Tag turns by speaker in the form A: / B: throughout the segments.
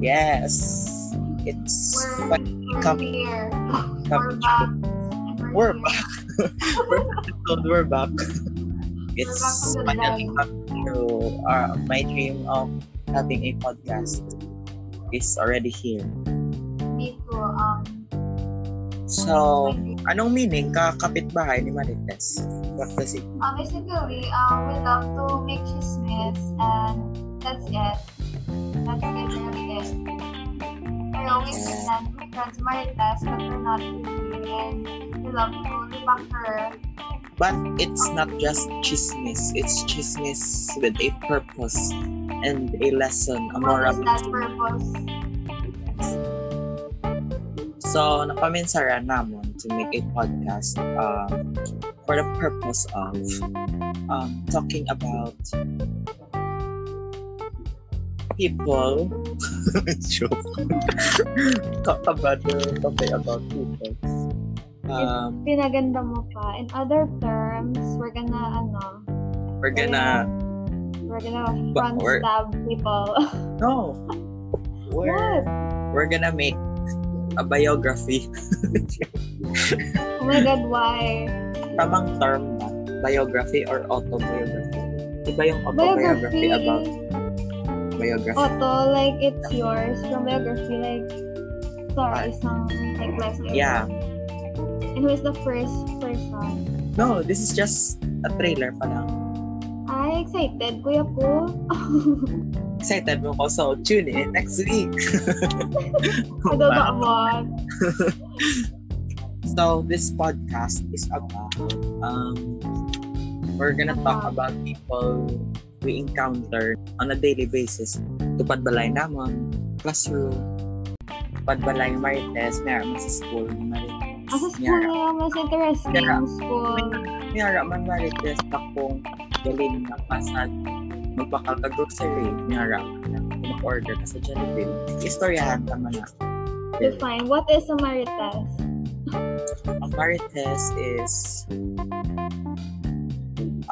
A: Yes. It's
B: We're,
A: but
B: we're
A: Come-
B: here. We're
A: come-
B: back.
A: We're
B: here.
A: back. we're back. It's
B: We're back to
A: finally back to uh, my dream of having a podcast. It's already here.
B: Dito, um,
A: So, anong meaning ka kapitbahay ni Marites? What does it
B: uh, basically, um, we love to make chismis and that's it. That's it, really it. We're always with that because Marites, but we're not really. And we love to debunk her.
A: But it's not just chismis. It's chismis with a purpose and a lesson, a
B: What
A: moral.
B: is that purpose?
A: So, napaminsara namon to make a podcast um, for the purpose of um, talking about people. Joke. Talk about the topic about people. Um,
B: Pinaganda mo pa. In other terms, we're gonna, ano,
A: we're gonna
B: we're gonna
A: Ba-
B: front
A: we're-
B: stab people.
A: no. We're
B: What?
A: we're gonna make a biography.
B: Oh my god, why?
A: Tamang term ba? Biography or autobiography? Iba yung autobiography
B: Biography. Oh.
A: about biography.
B: Auto, like, it's yours. From biography, like, stories ng, like, life. ng-
A: Yeah.
B: And who is the first person?
A: No, this is just a trailer pa lang.
B: Ay, excited, kuya po.
A: Excited mo ko, so tune in next week. Oh,
B: I don't know what.
A: So, this podcast is about, um, we're gonna talk about people we encounter on a daily basis. Tupad balay namon, classroom, tupad balay marites, mayara man sa school, marites.
B: Asa Ah, school
A: Mayara-
B: na yung mas interesting
A: Yeah.
B: school.
A: Mayara man marites akong galing na pasad magpakagag-grocery. Mayara man mag-order ka sa Jollibee. Istoryahan ka man na.
B: Define, what is a marites?
A: ang Marites is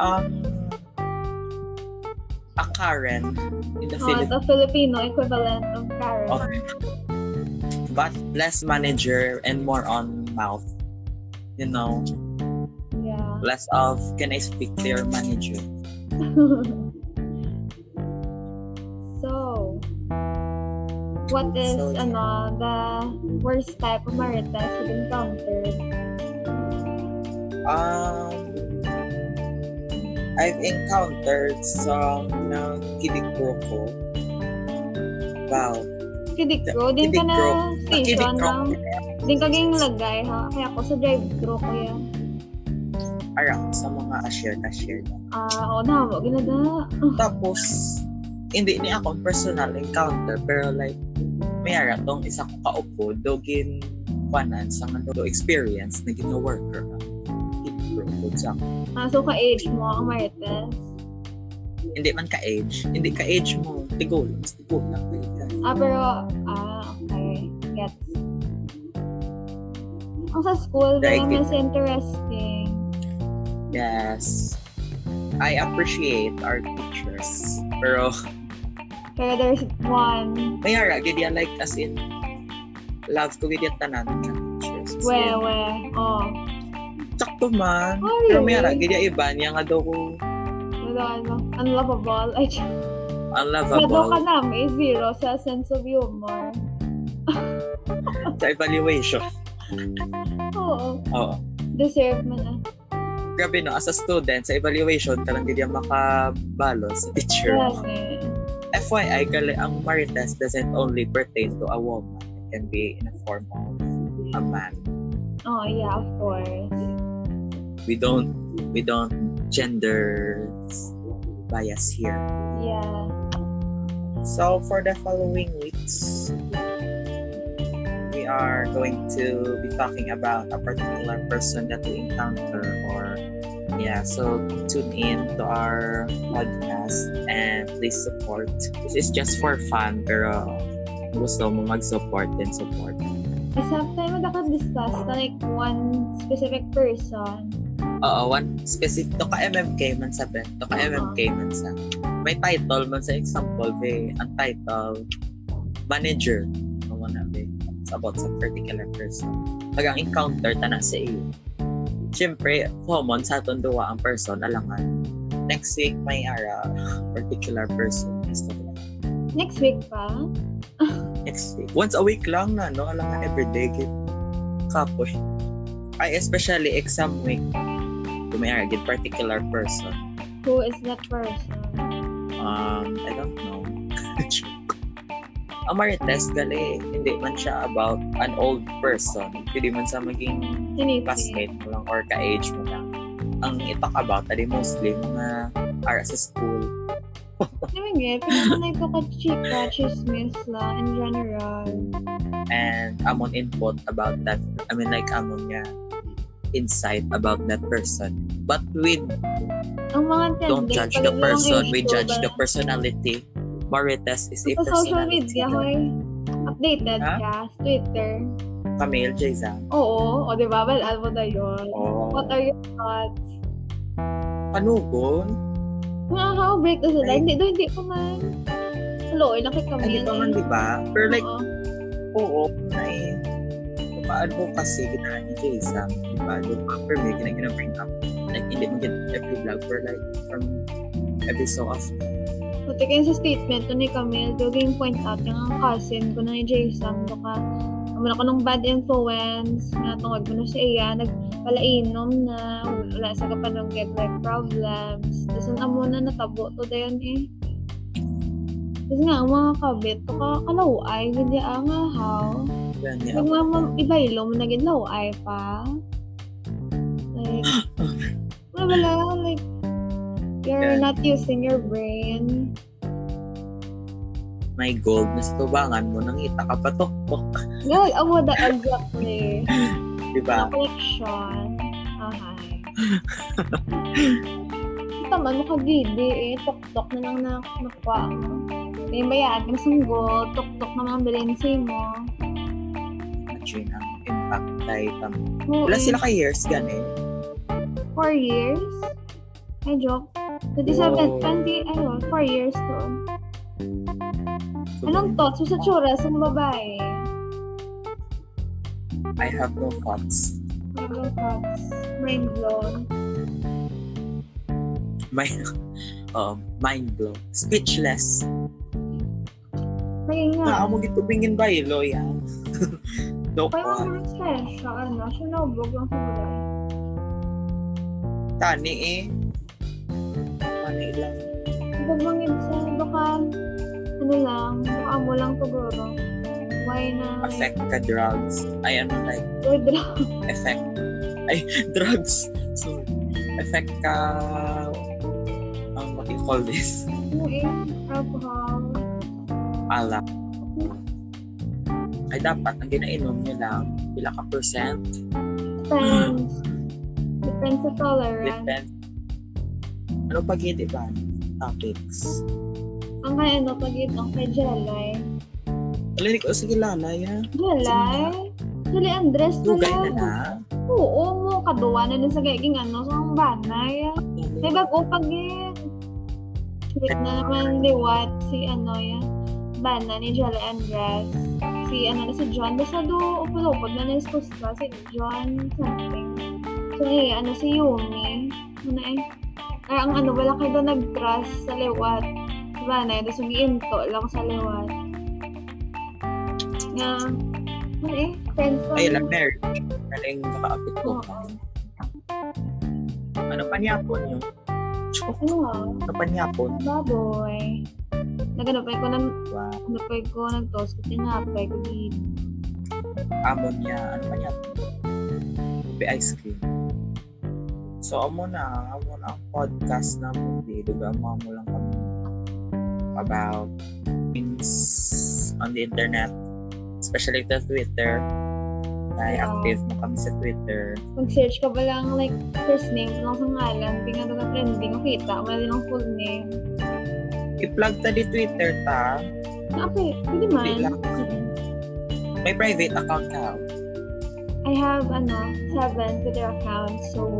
A: um a Karen in the
B: Oh,
A: Philippines
B: the Filipino equivalent of Karen.
A: of- but less manager and more on mouth you know
B: Yeah.
A: less of can I speak to your manager
B: so, what is
A: So, yeah.
B: ano the worst type of marites you've encountered?
A: um I've encountered some na kinikro ko wow
B: Kidikro, din ka
A: Kidikro.
B: na station
A: Nakinikro
B: ng,
A: ko.
B: din ka ging lagay ha, kaya ako sa drive-thru ko yan.
A: around sa mga cashier cashier
B: Ah, oo na, wag na da.
A: Tapos, hindi ni akong personal encounter, pero like, mayara tong isa ko kaupo, dogin panan sa nga do experience na gina worker ka. Hibro ko sa
B: Ah, so ka-age mo ang marites.
A: Hindi man ka-age. Hindi ka-age mo. Tigol. mas Tigol lang. tigol.
B: Ah, pero, ah, okay. Gets. Ang sa school,
A: Like
B: parang
A: it.
B: mas interesting.
A: Yes. I appreciate our teachers. Pero,
B: Pero there's one,
A: mayara, gidya like as in, love ko gidya tanan nga teachers. As in,
B: wewe, oh.
A: Sakto man.
B: Oh,
A: Pero
B: really?
A: mayara, gidya iba niya nga daw ko
B: Wala, ano, unlovable. Ay, tsaka,
A: unlovable.
B: Lado ka na, may zero sa sense of humor.
A: sa evaluation.
B: Oo,
A: Oo.
B: Oh, deserve mo na.
A: Grabe no, as a student, sa evaluation, talagang hindi ako makabalo sa teacher.
B: Grabe.
A: FYI, gali, ang marites doesn't only pertain to a woman. It can be in a form of a man.
B: Oh, yeah, of course.
A: We don't, we don't gender bias here.
B: Yeah.
A: So, for the following weeks, we are going to be talking about a particular person that we encounter or yeah so tune in to our podcast and please support this is just for fun pero gusto mo mag-support then support
B: Isang time, magkakadiscuss na like one specific person.
A: oo one specific to ka MMK man sa ben to ka MMK man sa may title man sa example be ang title manager mo na be it's about sa particular person pag ang encounter tana sa iyo syempre common sa atong duwa ang person alangan next week may ara particular person next week
B: Next week pa?
A: next week. Once a week lang na, no? Alam ka, everyday. Git. Kapoy. Ay, especially exam week. Kung may aragid particular person.
B: Who is that person?
A: Um, I don't know. Ang marites, gali. Hindi man siya about an old person. Hindi man sa maging
B: Anything.
A: classmate mo lang or ka-age mo lang. Ang itak about, tali mostly mga ara sa school.
B: Namigay, pinasanay ko ka chika, chismis la, in general.
A: And amon input about that. I mean, like, amon nga insight about that person. But with
B: Ang mga tendency.
A: don't judge the person. We judge the personality. Marites is a
B: Sa social
A: personality.
B: media, hoy. Updated
A: Ha?
B: ka? Sa Twitter?
A: Camille, Jayza.
B: Oo. O, di ba? Well, alam mo na yun.
A: Oh.
B: What are your thoughts?
A: Panugon?
B: Mga how-break na sila.
A: Ay.
B: Hindi, do, hindi pa man. Hello, eh, laki kami.
A: Ay, di pa man, di ba? Pero like,
B: Oo.
A: oo, may paano kasi ginaan ni Jayza, di ba? diba, Yung upper may ginag-bring up. Like, hindi mo get every vlog, pero like, from every so often.
B: Buti kayo sa statement to ni Camille, gagawin point out yung ang cousin ko na ni Jason. Baka, naman ako ng bad influence, na tungod mo na siya iya, nagpalainom na, wala sa kapanong get like problems. Tapos ang amo na natabo to dayon eh. Tapos nga, ang mga kabit, to ka kalaway, hindi ang nga how.
A: Ganyan.
B: Yung mga ibaylo mo naging laway pa. Like, wala wala, like, you're
A: Yan.
B: not using your brain.
A: May gold na sa tubangan mo, nang ita ka patok-tok,
B: Girl, amo the exactly.
A: di ba?
B: Collection. Okay. Ito man, mukha gidi eh. Tok-tok na lang na nakuha ano? mo. May bayaan ka ng gold. Tok-tok na mga bilensi mo.
A: Imagine ang impact kay Tam.
B: Oo,
A: Wala
B: eh.
A: sila ka years, ganun.
B: Four years? Ay, joke. 27, 20, ano, four years to.
A: So,
B: Anong thoughts mo sa tsura sa mga babae?
A: I have no thoughts.
B: Anong thoughts? Mind blown.
A: my um mind blow speechless
B: Kaya nga,
A: na amo gitubingin ba ah? ilo ya no
B: kaya nga
A: ko
B: mga special, ano, siya nabog lang sa babae.
A: tani eh tani lang
B: Babangin sa baka ano lang, baka mo lang siguro. Why na
A: affect ka drugs ay ano like
B: Uy, dra-
A: effect ay drugs sorry effect ka um, what you call this
B: ano eh, alcohol.
A: alak ay dapat ang ginainom niya lang pila ka percent
B: Depends. Depends sa tolerance.
A: depend ano pag hindi ba topics
B: Ang kaya ano, pag ito, kay Jelay.
A: Alin ko oh, sige lala ya
B: Jelay? Jelay Andres na
A: Dugay na
B: lang.
A: na.
B: Oo, mo, kaduwa na din sa gaging ano, sa mga banay. May bago pag yun. Wait na naman liwat si ano yan. Bana ni Jolly Andres. Si ano na si John. Basta do, upulupod na na si si John something. So eh, ano si Yumi. Ano eh. Ay, ang ano, wala kayo doon nag-trust sa liwat. Bana, tapos umiinto lang sa liwat. Nga, ano eh, friends ko.
A: Ay, lang, Mary. Kaling nakaapit ko.
B: Oo.
A: Ano panyapon yun? Chok,
B: Ano nga,
A: Ano panyapon?
B: baboy. Naganapay ko ng
A: Wow.
B: Napay ko, nag-toast ko, tinapay ko din.
A: Amon niya. Ano panyapon? Be ice cream. So, amo na. Amo na ang podcast na mo. Diba, amo mo lang kami about things on the internet. Especially sa Twitter. Ay,
B: Yeah.
A: active mo kami sa Twitter.
B: Mag-search ka ba lang, like, first name, lang sa ngalan, tingnan doon ang trending, makita, wala din ang full name.
A: I-plug ta di Twitter ta.
B: Na, okay, pwede man.
A: Hindi lang. May private account ka.
B: I have, ano, seven Twitter accounts, so,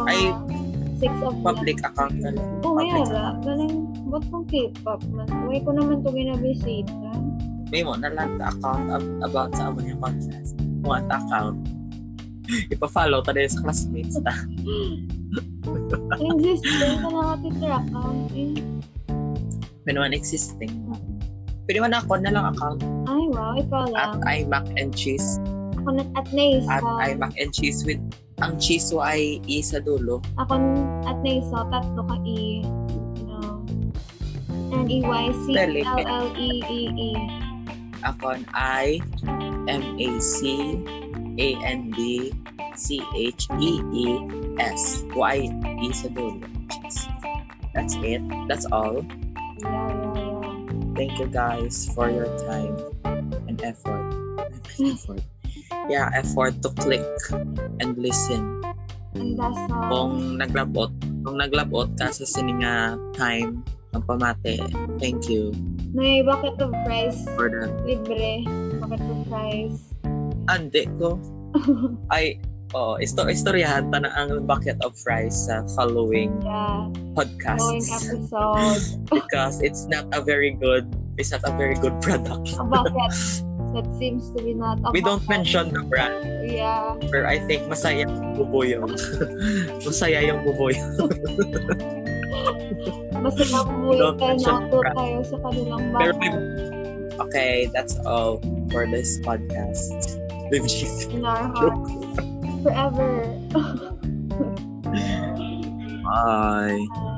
B: mga
A: Ay,
B: six of
A: Public account ka lang.
B: Oh,
A: public
B: kaya ba? Galing, ba't pang K-pop man? Uy, ko naman ito ginabisita.
A: may mo na lang the account ab- about sa amon yung podcast. Mo at account. Ipa-follow ta din sa classmates ta.
B: Exist din ka na Twitter account eh.
A: May naman existing. Pwede man ako na lang account
B: Ay, wow, ikaw
A: at
B: lang.
A: iMac and Cheese.
B: Ako na, at Naiso.
A: At iMac and Cheese with ang cheese o ay i sa dulo.
B: Ako n- at Naiso, tatlo ka E. You know.
A: Spelling.
B: E, N-E-Y-C-L-L-E-E-E.
A: Akon I M A C A N D C H E E S Y E sa dulo. Cheese. That's it. That's all.
B: Yeah, yeah, yeah.
A: Thank you guys for your time and effort. effort. Yeah, effort to click and listen.
B: And that's all.
A: Kung naglabot, kung naglabot ka sa sininga time ng pamate, thank you
B: May bucket of fries.
A: for the
B: Libre. Bucket of fries.
A: ande Ah, ko. Ay, oh, isto istoryahan ta na ang bucket of fries sa following
B: Yeah. Going
A: podcasts
B: episode.
A: because it's not a very good it's not a very good product.
B: A bucket Oh, that seems to be not a
A: We don't
B: bucket.
A: mention the brand,
B: Yeah.
A: but I think masaya yung bubuyog. masaya yung bubuyog.
B: Mas nakabuhay
A: Don't
B: tayo
A: mention
B: na
A: crap.
B: tayo sa kanilang
A: Pero
B: bucket.
A: Okay, that's all for this podcast. Bibjit.
B: in our hearts forever.
A: Bye.
B: Uh,